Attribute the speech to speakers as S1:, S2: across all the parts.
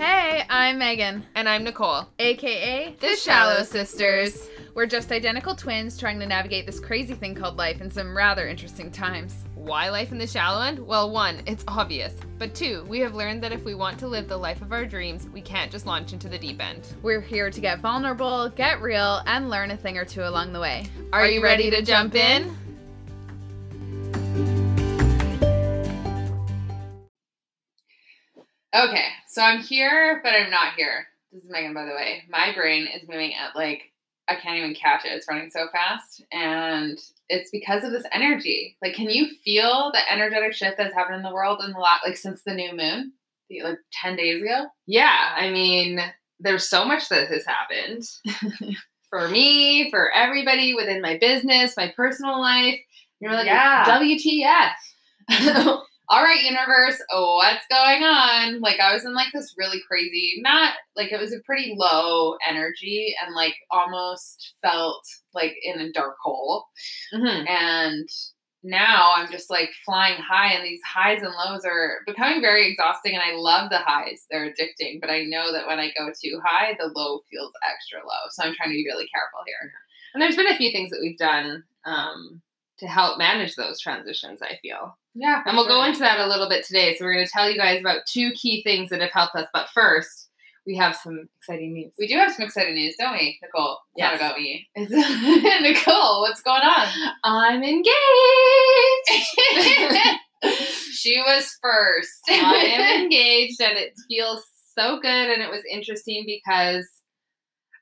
S1: I'm Megan,
S2: And I'm Nicole.
S1: aka
S2: The Shallow Sisters.
S1: We're just identical twins trying to navigate this crazy thing called life in some rather interesting times.
S2: Why life in the shallow end? Well, one, it's obvious. But two, we have learned that if we want to live the life of our dreams, we can't just launch into the deep end.
S1: We're here to get vulnerable, get real, and learn a thing or two along the way.
S2: Are, you ready, to jump in? Okay, so I'm here, but I'm not here. This is Megan, by the way. My brain is moving at like, I can't even catch it. It's running so fast. And it's because of this energy. Like, can you feel the energetic shift that's happened in the world in the lot, like, since the new moon? The- Like 10 days ago?
S3: yeah, I mean, there's so much that has happened for me, for everybody within my business, my personal life. You're like,
S2: Yeah.
S3: WTF.
S2: all right, universe, what's going on? Like, I was in like this really crazy, not like it was a pretty low energy and like almost felt like in a dark hole.
S3: Mhm.
S2: And now I'm just like flying high, and these highs and lows are becoming very exhausting. And I love the highs, they're addicting, but I know that when I go too high, the low feels extra low. So I'm trying to be really careful here.
S3: And there's been a few things that we've done um, to help manage those transitions, I feel.
S2: Yeah.
S3: And we'll go into that a little bit today. So we're going to tell you guys about two key things that have helped us. But first, we have some exciting news.
S2: We do have some exciting news, don't we, Nicole? It's
S3: Yes.
S2: not about me. It's Nicole, what's going on?
S3: I'm engaged.
S2: she was first.
S3: I am engaged and it feels so good and it was interesting because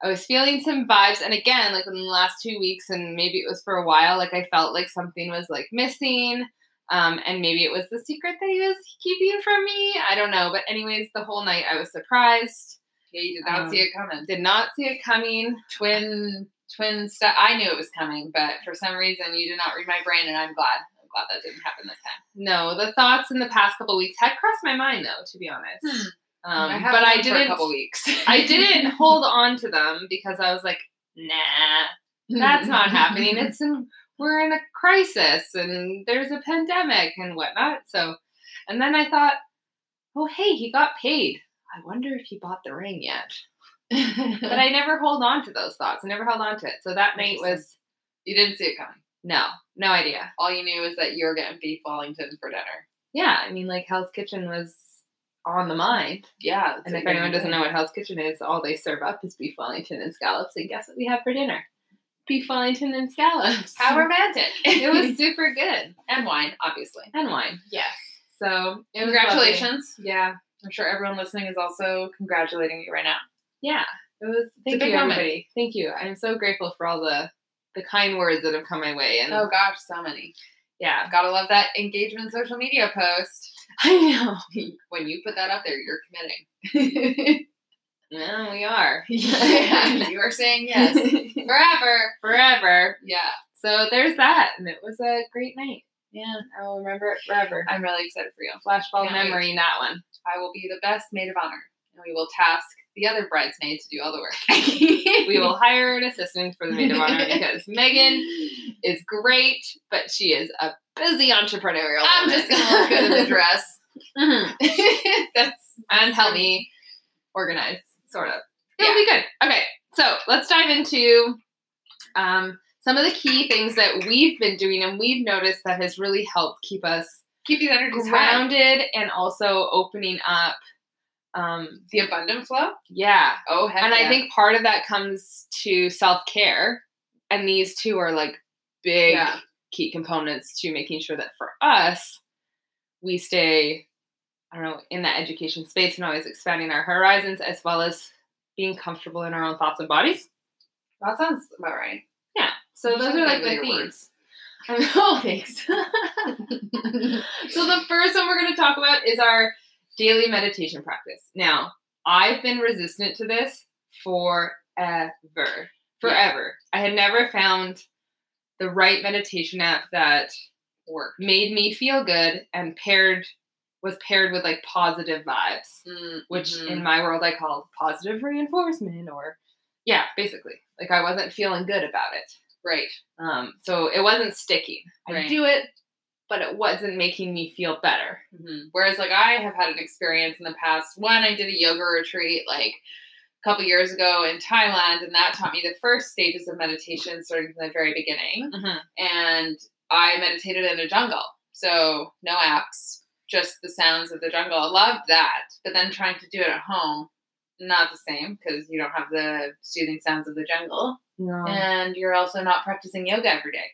S3: I was feeling some vibes and again like in the last 2 weeks and maybe it was for a while like I felt like something was like missing um and maybe it was the secret that he was keeping from me. I don't know, but anyways the whole night I was surprised.
S2: yeah, you did not
S3: Um,
S2: see it coming.
S3: Did not see it coming.
S2: Twin, twin stuff. I knew it was coming, but for some reason you did not read my brain, and I'm glad. I'm glad that didn't happen this time.
S3: No, the thoughts in the past couple weeks had crossed my mind though, to be honest. Um,
S2: Hmm. I
S3: but I
S2: haven't for
S3: didn't
S2: a couple weeks.
S3: I didn't hold on to them because I was like, nah, that's not happening. It's in we're in a crisis and there's a pandemic and whatnot. So, and then I thought, oh hey, he got paid. I wonder if he bought the ring yet. But I never hold on to those thoughts. I never held on to it. So that night was
S2: you didn't see it coming.
S3: no, no idea.
S2: All you knew is that you were getting beef Wellington for dinner.
S3: Yeah, I mean, like Hell's Kitchen was on the mind.
S2: Yeah.
S3: And if anyone doesn't know what Hell's Kitchen is, all they serve up is beef Wellington and scallops. And guess what we have for dinner? Beef Wellington and scallops.
S2: how romantic
S3: it was super good
S2: and wine, obviously.
S3: and wine.
S2: Yes.
S3: So it was
S2: Congratulations.
S3: lovely. Yeah,
S2: I'm sure everyone listening is also congratulating you right now.
S3: yeah. It was. Thank
S2: big
S3: you,
S2: moment.
S3: everybody. Thank you. I'm so grateful for all the the kind words that have come my way. And
S2: Oh gosh, so many.
S3: yeah,
S2: I've gotta love that engagement social media post.
S3: I know.
S2: When you put that up there, you're committing.
S3: Yeah, we are
S2: you are saying yes forever.
S3: forever.
S2: Yeah,
S3: So there's that, and it was a great night.
S2: yeah.
S3: I'll remember it forever.
S2: I'm really excited for you.
S3: Flashbulb
S2: Can't wait.
S3: memory, that one.
S2: I will be the best maid of honor, and we will task the other bridesmaid to do all the work.
S3: We will hire an assistant for the maid of honor because Megan is great, but she is a busy entrepreneurial.
S2: I'm
S3: woman.
S2: just gonna look good in the dress.
S3: Mhm.
S2: That's
S3: and help me organize, sort of. It'll be good. Okay, so let's dive into um, some of the key things that we've been doing and we've noticed that has really helped keep us
S2: keep these energies high.
S3: grounded and also opening up. Um,
S2: The abundant flow.
S3: yeah,
S2: Oh, heck
S3: and
S2: yeah.
S3: I think part of that comes to self care, and these two are like big
S2: Yeah.
S3: key components to making sure that for us, we stay, I don't know, in that education space and always expanding our horizons, as well as being comfortable in our own thoughts and bodies.
S2: that sounds about right.
S3: Yeah. So
S2: You
S3: those
S2: should
S3: are like
S2: think of
S3: the
S2: your
S3: themes. I mean, oh, thanks. so the first one we're going to talk about is our daily meditation practice. Now, I've been resistant to this forever. Forever. I had never found the right meditation app that
S2: Work.
S3: made me feel good and paired was paired with like positive vibes, which
S2: Mhm.
S3: in my world I called positive reinforcement or yeah, basically. Like I wasn't feeling good about it.
S2: right.
S3: Um, so it wasn't sticking. I
S2: Right.
S3: do it, but it wasn't making me feel better.
S2: Mhm. Whereas, like, I have had an experience in the past. One, I did a yoga retreat like a couple years ago in Thailand, and that taught me the first stages of meditation, starting from the very beginning. And I meditated in a jungle, so no apps, just the sounds of the jungle. I loved that, but then trying to do it at home, not the same because you don't have the soothing sounds of the jungle,
S3: No.
S2: and you're also not practicing yoga every day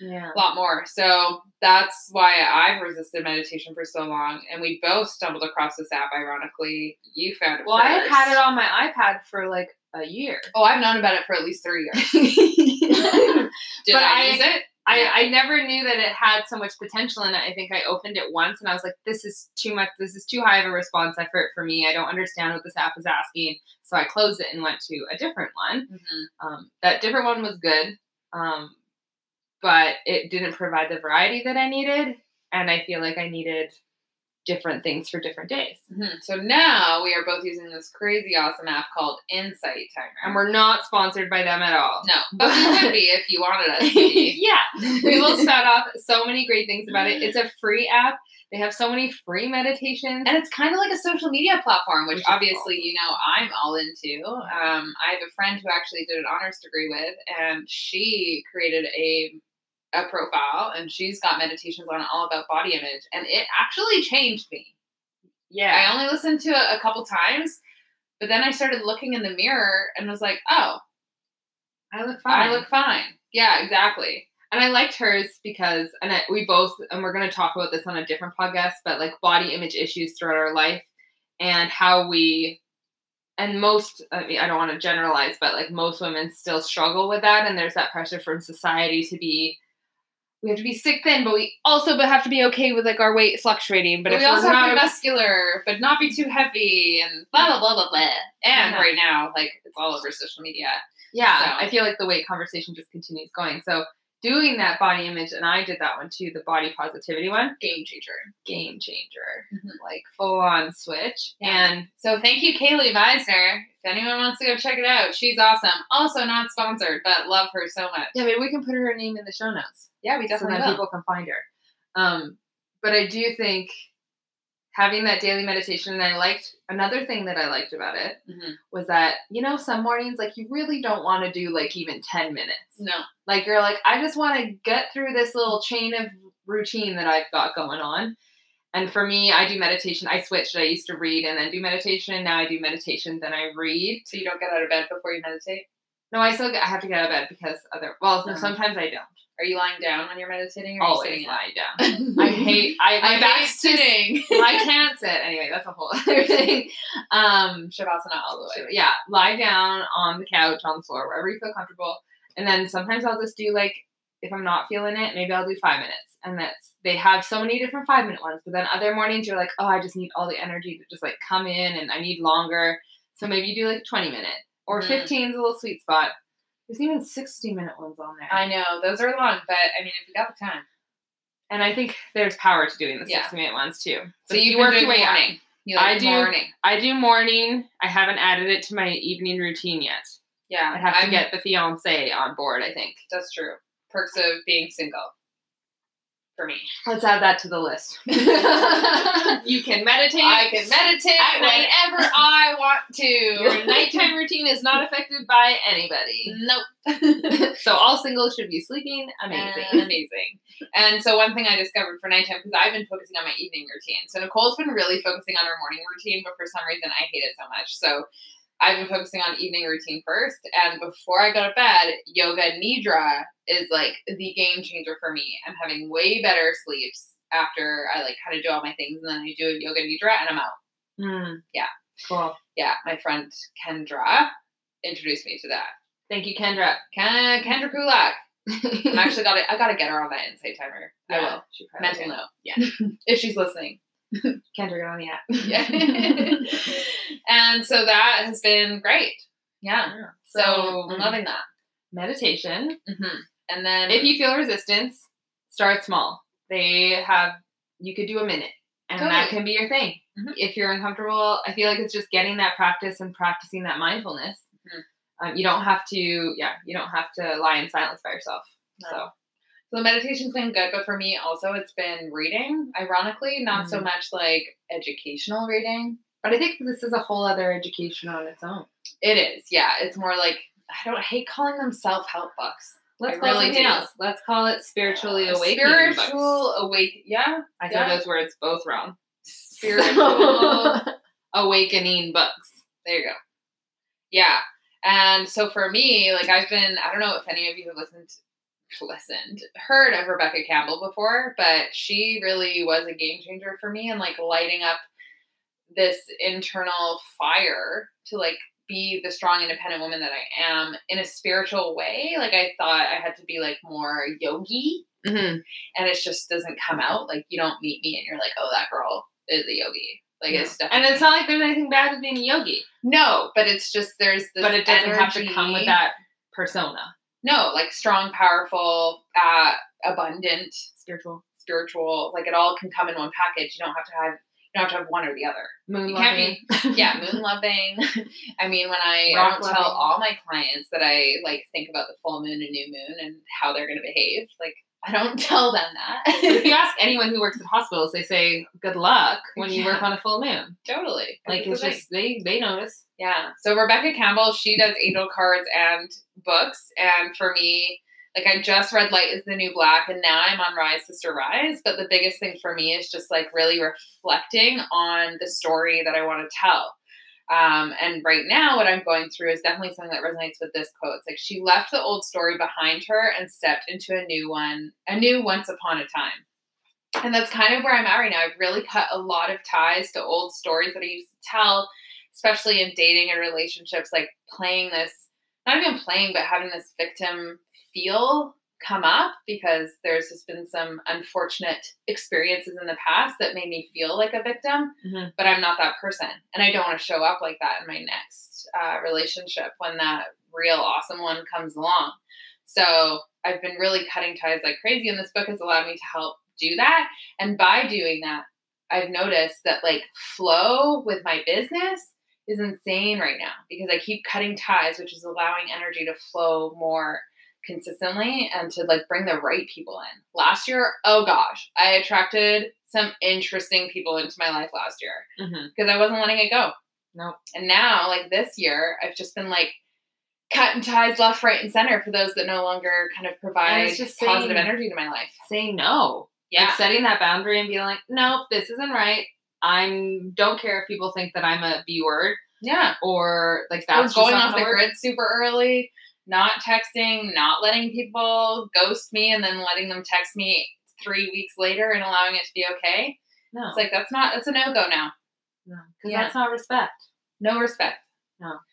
S3: yeah.
S2: a lot more. So that's why I've resisted meditation for so long. And we both stumbled across this app, ironically. You found it.
S3: Well, I had
S2: first.
S3: had it on my iPad for like a year.
S2: Oh, I've known about it for at least three years.
S3: I,
S2: Did
S3: But
S2: I,
S3: I-
S2: use it?
S3: I never knew that it had so much potential in it. I think I opened it once and I was like, this is too much. This is too high of a response effort for me. I don't understand what this app is asking. So I closed it and went to a different one.
S2: Mhm.
S3: Um, that different one was good, um, but it didn't provide the variety that I needed. And I feel like I needed different things for different days.
S2: Mhm. So now we are both using this crazy awesome app called Insight Timer.
S3: And we're not sponsored by them at all.
S2: no, but we would be if you wanted us to be.
S3: yeah, we will spout off so many great things about it. It's a free app. They have so many free meditations.
S2: And it's kind of like a social media platform, which,
S3: Which is
S2: obviously
S3: awesome.
S2: you know I'm all into. Um, I have a friend who actually did an honors degree with, and she created a a profile, and she's got meditations on all about body image, and it actually changed me. I
S3: yeah,
S2: only listened to it a couple times, but then I started looking in the mirror and was like, oh,
S3: I, look
S2: I look fine. Yeah, exactly.
S3: and I liked hers because, and I, we both, and we're going to talk about this on a different podcast, but like body image issues throughout our life and how we, and most, I mean, I don't want to generalize, but like most women still struggle with that. And there's that pressure from society to be, we have to be sick thin, but we also but have to be okay with like our weight fluctuating. But,
S2: But,
S3: if
S2: we also have
S3: we're not
S2: to be
S3: okay-
S2: muscular, but not be too heavy, and blah blah blah blah blah. And
S3: Yeah.
S2: right now, like it's all over social media.
S3: Uh-huh. Yeah,
S2: So-
S3: I feel like the weight conversation just continues going. So doing that body image, and I did that one too, the body positivity one,
S2: game changer.
S3: game changer,
S2: Mhm.
S3: like full on switch.
S2: Yeah.
S3: And
S2: So thank you, Kaylee Meisner. If anyone wants to go check it out, she's awesome. Also not sponsored, but love her so much.
S3: yeah, maybe we can put her name in the show notes
S2: Yeah, we
S3: so that people can find her. Um, but I do think having that daily meditation, and I liked another thing that I liked about it
S2: will. Mhm.
S3: was that you know some mornings like you really don't want to do like even ten minutes.
S2: No,
S3: Like you're like, I just want to get through this little chain of routine that I've got going on. And for me, I do meditation. I switched. I used to read and then do meditation. Now I do meditation, then I read.
S2: so you don't get out of bed before you meditate.
S3: No, I still get, I have to get out of bed because other. Well,
S2: Mhm.
S3: sometimes I don't.
S2: Are you lying down when you're meditating? Or are you
S3: Always
S2: sitting
S3: lie down.
S2: up?
S3: I hate. I
S2: I
S3: my back
S2: hate sitting.
S3: I can't sit. Anyway, that's a whole other thing. Um,
S2: Shavasana all the
S3: So,
S2: way.
S3: yeah, lie down on the couch, on the floor, wherever you feel comfortable. And then sometimes I'll just do like, if I'm not feeling it, maybe I'll do five minutes. And that's, they have so many different five minute ones. But then other mornings you're like, oh, I just need all the energy to just like come in and I need longer. So maybe you do like 20 minute or
S2: Mm.
S3: 15 is a little sweet spot. There's even 60 minute ones on there.
S2: I know those are long, but I mean, if you got the time,
S3: and I think there's power to doing the
S2: Yeah.
S3: 60 minute ones too.
S2: so
S3: But if
S2: you work your way
S3: up-
S2: morning. You like
S3: I do-
S2: morning.
S3: I do morning. I haven't added it to my evening routine yet.
S2: Yeah,
S3: I'd have to
S2: I'm-
S3: get the fiance on board, I think.
S2: That's true. Perks of being single. For me,
S3: Let's add that to the list. you can meditate.
S2: I can meditate
S3: At night.
S2: whenever I want to.
S3: Your nighttime routine is not affected by anybody.
S2: Nope.
S3: so all singles should be sleeping. Amazing.
S2: And amazing. And so one thing I discovered for nighttime because I've been focusing on my evening routine. So Nicole's been really focusing on her morning routine, but for some reason I hate it so much. So I've been focusing on evening routine first. And before I go to bed, yoga nidra is like the game changer for me. I'm having way better sleeps after I like kind of do all my things and then I do a yoga nidra and I'm out.
S3: Mm,
S2: Yeah.
S3: Cool.
S2: Yeah, my friend Kendra introduced me to that.
S3: Thank you, Kendra.
S2: Ken- Kendra Kulak. I'm
S3: Actually,
S2: actually got to I gotta get her on that insight timer. I will.
S3: She probably
S2: Mental
S3: did.
S2: note. Yeah. if she's listening.
S3: Kendra, get on the app.
S2: Yeah. and so that has been great. Yeah. So,
S3: So, mm-hmm.
S2: I'm loving that.
S3: meditation.
S2: hmm And then
S3: If you feel resistance, start small. They have you could do a minute, and that
S2: Totally.
S3: can be your thing.
S2: Mhm.
S3: If you're uncomfortable, I feel like it's just getting that practice and practicing that mindfulness.
S2: Mhm.
S3: Mm-hmm. Um, you don't have to, yeah, you don't have to lie in silence by yourself.
S2: No.
S3: So So meditation's been good, but for me also it's been reading, ironically, not so much like educational reading.
S4: But I think this is a whole other education on its own.
S3: It is, yeah. It's more like I don't I hate calling them self help books.
S4: Let's
S3: I
S4: call
S3: really
S4: something
S3: do. Uh,
S4: else. Let's call it spiritually awakening. books.
S3: Spiritual awake yeah.
S4: I
S3: yeah.
S4: said those words both wrong.
S3: Spiritual
S4: awakening books.
S3: There you go. Yeah. And so for me, like I've been, I don't know if any of you have listened, listened, heard of Rebecca Campbell before, but she really was a game changer for me and like lighting up this internal fire to like be the strong independent woman that I am in a spiritual way. Like I thought I had to be like more yogi
S4: Mm-hmm.
S3: and it just doesn't come out. Like you don't meet me and you're like, oh, that girl is a yogi. Like it's
S4: and
S3: definitely
S4: it's not like there's anything bad with being a yogi,
S3: no, but it's just there's this.
S4: but it doesn't have to
S3: energy-
S4: come with that persona.
S3: No, like strong, powerful, uh, abundant,
S4: Spiritual
S3: spiritual. Like it all can come in one package. You don't have to have. You don't have to have one or the other.
S4: moon
S3: You can't
S4: loving.
S3: be. Yeah, moon loving. I mean, when I, I
S4: Rock
S3: don't tell
S4: loving.
S3: all my clients that I like think about the full moon and new moon and how they're going to behave. Like I don't tell them
S4: if you
S3: that.
S4: ask anyone who works in hospitals, they say good luck when you work
S3: Yeah.
S4: on a full moon.
S3: totally.
S4: Like
S3: That's the
S4: it's
S3: thing.
S4: just they they notice.
S3: Yeah. So Rebecca Campbell, she does angel cards and books. And for me, like I just read Light is the New Black and now I'm on Rise, Sister Rise. But the biggest thing for me is just like really reflecting on the story that I want to tell. Um, and right now, what I'm going through is definitely something that resonates with this quote. It's like she left the old story behind her and stepped into a new one, a new once upon a time. And that's kind of where I'm at right now. I've really cut a lot of ties to old stories that I used to tell, especially in dating and relationships, like playing this, not even playing, but having this victim feel come up because there's just been some unfortunate experiences in the past that made me feel like a victim,
S4: Mhm.
S3: but I'm not that person. And I don't want to show up like that in my next uh, relationship when that real awesome one comes along. So I've been really cutting ties like crazy, and this book has allowed me to help do that. And by doing that, I've noticed that like flow with my business is insane right now because I keep cutting ties, which is allowing energy to flow more consistently and to like bring the right people in. Last year, oh gosh, I attracted some interesting people into my life last year
S4: Mm-hmm.
S3: because I wasn't letting it go.
S4: Nope.
S3: And now, like this year, I've just been like cutting ties left, right, and center for those that no longer kind of provide
S4: it's just
S3: positive
S4: saying-
S3: energy to my life.
S4: Say no.
S3: Yeah.
S4: Like setting that boundary and being like, nope, this isn't right. I'm don't care if people think that I'm a B word
S3: Yeah.
S4: or like
S3: I was
S4: that's
S3: going
S4: just not
S3: off
S4: gonna
S3: the
S4: work.
S3: grid super early, not texting, not letting people ghost me, and then letting them text me three weeks later and allowing it to be okay.
S4: No,
S3: It's like that's not that's a no go now.
S4: no, because
S3: yeah.
S4: that's not respect.
S3: No respect.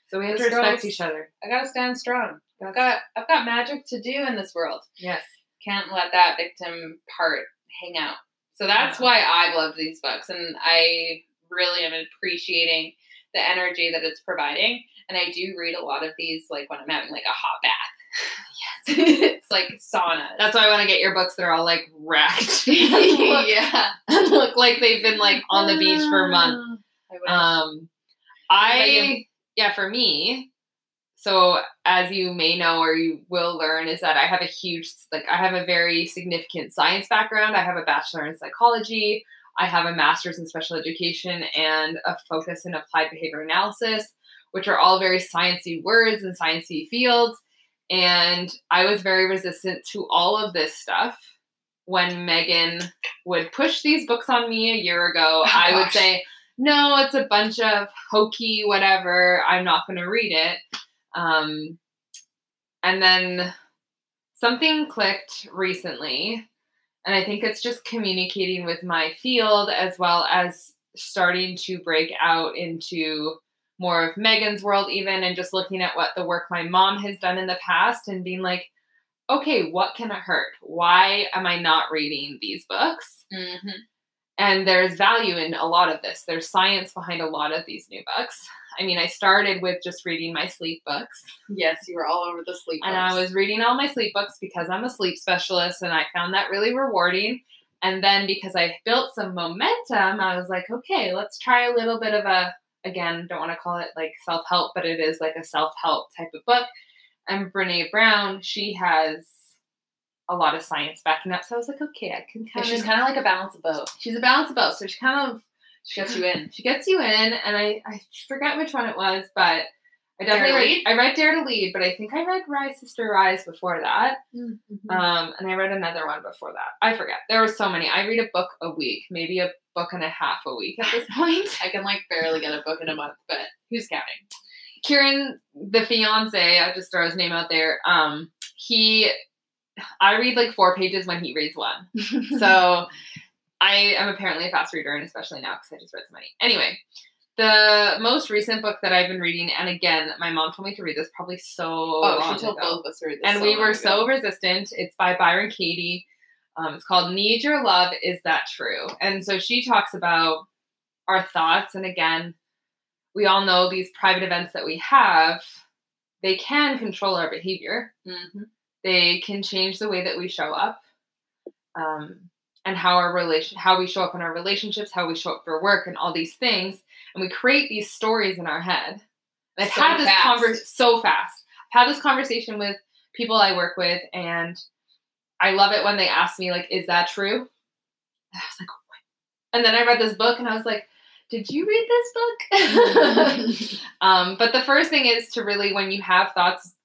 S4: So we have to
S3: Just
S4: respect
S3: go-
S4: each other.
S3: I gotta stand strong. I've
S4: That's-
S3: got I've got magic to do in this world.
S4: yes.
S3: can't let that victim part hang out. So that's
S4: Yeah.
S3: why I've loved these books and I really am appreciating the energy that it's providing. And I do read a lot of these like when I'm having like a hot bath. yes. it's like saunas.
S4: That's why I want to get your books that are all like wrecked and look-
S3: yeah.
S4: and look like they've been like on the beach for a month.
S3: I would-
S4: Um,
S3: about
S4: I yeah, for me. So as you may know or you will learn, is that I have a huge like I have a very significant science background. I have a bachelor in psychology. I have a master's in special education and a focus in applied behavior analysis, which are all very sciencey words and sciencey fields. And I was very resistant to all of this stuff when Megan would push these books on me a year ago.
S3: Oh,
S4: I would
S3: gosh.
S4: say, no, it's a bunch of hokey whatever. I'm not going to read it. Um, and then something clicked recently. And I think it's just communicating with my field as well as starting to break out into more of Megan's world, even and just looking at what the work my mom has done in the past and being like, okay, what can it hurt? Why am I not reading these books?
S3: Mhm.
S4: And there's value in a lot of this. There's science behind a lot of these new books. I mean, I started with just reading my sleep books,
S3: Yes, you were all over the sleep.
S4: and I was reading all my sleep books because I'm a sleep specialist, and I found that really rewarding. And then because I built some momentum, I was like, okay, let's try a little bit of a, again, don't want to call it like self help, but it is like a self help type of book. And Brene Brown, she has a lot of science backing up. So I was like, okay, I can
S3: Yeah,
S4: kind
S3: she's
S4: of.
S3: kind of like a balance of both.
S4: She's a balance of both. So she kind of
S3: She gets you in.
S4: she gets you in, and I I forget which one it was, but I
S3: Dare to
S4: definitely read,
S3: Lead?
S4: I read Dare to Lead, but I think I read Rise Sister Rise before that,
S3: Mm-hmm.
S4: um, and I read another one before that. I forget. There were so many. I read a book a week, maybe a book and a half a week at this point.
S3: I can like barely get a book in a month, but who's counting?
S4: Kieran, the fiance, I'll just throw his name out there. Um, he, I read like four pages when he reads one. so I am apparently a fast reader, and especially now because I just read so many. Anyway, the most recent book that I've been reading, and again, my mom told me to read this probably so
S3: Oh,
S4: long
S3: she told
S4: ago.
S3: both of us to read this.
S4: and
S3: so
S4: we
S3: long
S4: were
S3: ago.
S4: so resistant. It's by Byron Katie. Um, it's called "Need Your Love." Is that true? And so she talks about our thoughts, and again, we all know these private events that we have. They can control our behavior
S3: Mhm.
S4: they can change the way that we show up um, and how our relation how we show up in our relationships how we show up for work and all these things and we create these stories in our head And i've
S3: So
S4: had this
S3: fast.
S4: conversation so fast i've had this conversation with people i work with and i love it when they ask me like is that true and i was like what? and then i read this book and i was like did you read this book Um, but the first thing is to really, when you have thoughts,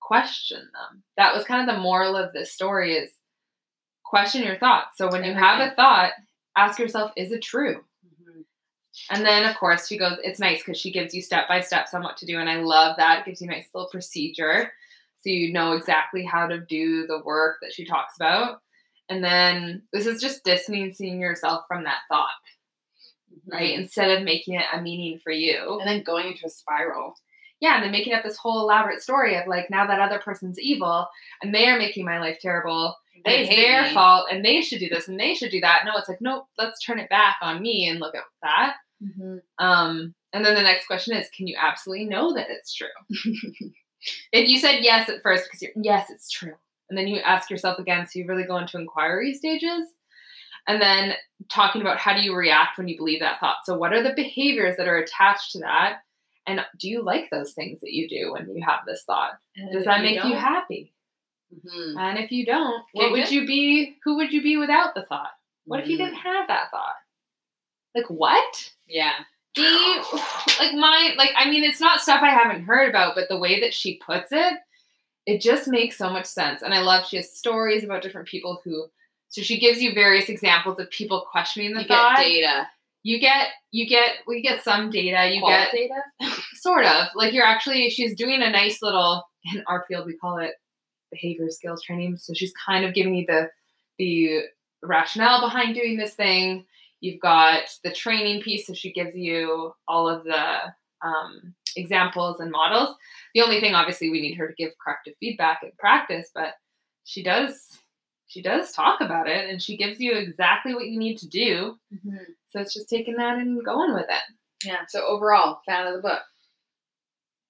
S4: question them. That was kind of the moral of this story: is question your thoughts. So when you have a
S3: Everything.
S4: thought, ask yourself, is it true?
S3: Mhm.
S4: And then, of course, she goes, it's nice because she gives you step by steps on what to do. And I love that. It gives you a nice little procedure so you know exactly how to do the work that she talks about. And then this is just distancing yourself from that thought, right?
S3: right?
S4: Instead of making it a meaning for you.
S3: Mhm. And then going into a spiral.
S4: yeah, and then making up this whole elaborate story of like now that other person's evil and they are making my life terrible. and
S3: They
S4: it's
S3: hate
S4: their
S3: me.
S4: fault and they should do this and they should do that. No, it's like nope, let's turn it back on me and look at that.
S3: Mm-hmm.
S4: Um, and then the next question is, can you absolutely know that it's true? if you said yes at first because you're yes, it's true, and then you ask yourself again, so you really go into inquiry stages. And then talking about how do you react when you believe that thought. So, what are the behaviors that are attached to that? And do you like those things that you do when you have this thought? Does that make you happy?
S3: Mhm.
S4: And if you don't,
S3: Okay,
S4: what would
S3: good.
S4: you Mm-hmm. be? Who would you be without the thought? What if you
S3: Mhm.
S4: didn't have that thought? Like, what?
S3: Yeah.
S4: the like my like I mean it's not stuff I haven't heard about, but the way that she puts it, it just makes so much sense. And I love she has stories about different people who so she gives you various examples of people questioning the
S3: You get
S4: thought.
S3: data.
S4: you get you get we get some data, you
S3: Qual
S4: get
S3: data.
S4: sort of like you're actually she's doing a nice little in our field we call it behavior skills training so she's kind of giving you the the rationale behind doing this thing you've got the training piece so she gives you all of the um, examples and models the only thing obviously we need her to give corrective feedback and practice but she does she does talk about it and she gives you exactly what you need to do so it's just taking that and going with it
S3: Yeah. So overall, fan of the book.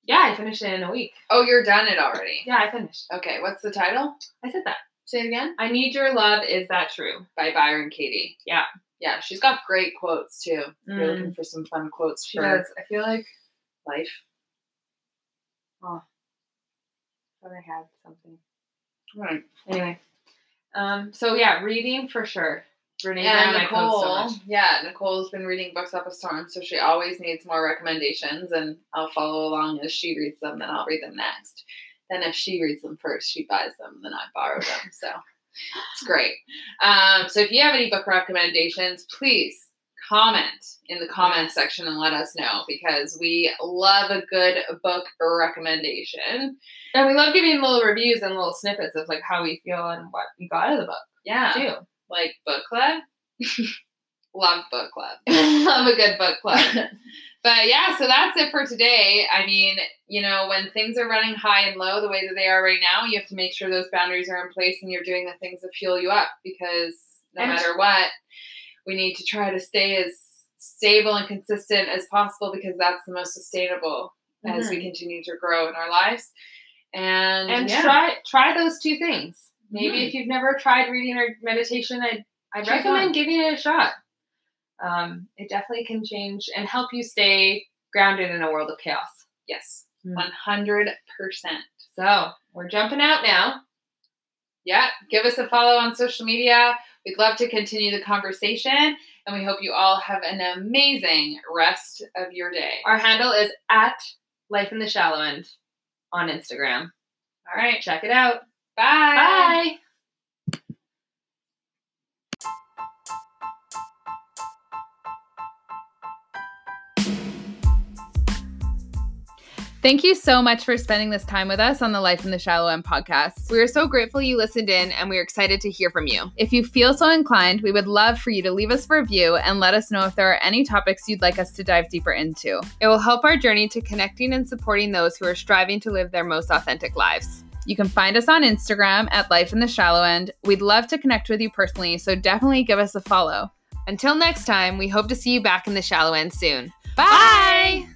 S4: yeah i finished it in a week
S3: Oh, you're done it already.
S4: yeah i finished
S3: Okay. What's the title?
S4: I said that.
S3: Say it again.
S4: I need your love. Is that true?
S3: By Byron Katie.
S4: Yeah. Mm.
S3: Yeah. She's got great quotes too. If You're looking for some fun quotes
S4: She
S3: for
S4: does. I feel like Oh.
S3: life.
S4: I thought I had something. Hmm.
S3: Right.
S4: Anyway, um, so yeah, reading for sure. Renee
S3: Yeah,
S4: Brown, I
S3: Nicole.
S4: post so much.
S3: yeah, Nicole's been reading books up a storm, so she always needs more recommendations, and I'll follow along as she reads them. Then I'll read them next. Then if she reads them first, she buys them. Then I borrow them. So it's great. Um, so if you have any book recommendations, please comment in the comment section and let us know because we love a good book recommendation.
S4: And we love giving little reviews and little snippets of like how we feel and what we got out of the book
S3: Yeah,
S4: too.
S3: like book club. love book club.
S4: love a good book club.
S3: but yeah, so that's it for today. I mean, you know, when things are running high and low the way that they are right now, you have to make sure those boundaries are in place and you're doing the things that fuel you up because no
S4: And-
S3: matter what, we need to try to stay as stable and consistent as possible because that's the most sustainable as we continue to grow in our lives. And,
S4: Mm-hmm. and
S3: yeah,
S4: try try those two things. Maybe
S3: Mhm.
S4: if you've never tried reading or meditation, I'd I'd
S3: Try
S4: recommend
S3: one.
S4: giving it a shot. Um, it definitely can change and help you stay grounded in a world of chaos.
S3: yes,
S4: Mhm.
S3: 100%.
S4: So we're jumping out now.
S3: Yeah, give us a follow on social media. We'd love to continue the conversation, and we hope you all have an amazing rest of your day.
S4: Our handle is at Life in the Shallow End on Instagram.
S3: All right,
S4: Check it out.
S3: bye.
S4: Bye.
S2: Thank you so much for spending this time with us on the Life in the Shallow End podcast.
S3: We are so grateful you listened in, and we are excited to hear from you.
S2: If you feel so inclined, we would love for you to leave us a review and let us know if there are any topics you'd like us to dive deeper into.
S3: It will help our journey to connecting and supporting those who are striving to live their most authentic lives.
S2: You can find us on Instagram at Life in the Shallow End. We'd love to connect with you personally, so definitely give us a follow.
S3: Until next time, we hope to see you back in the shallow end soon.
S2: Bye!
S3: Bye.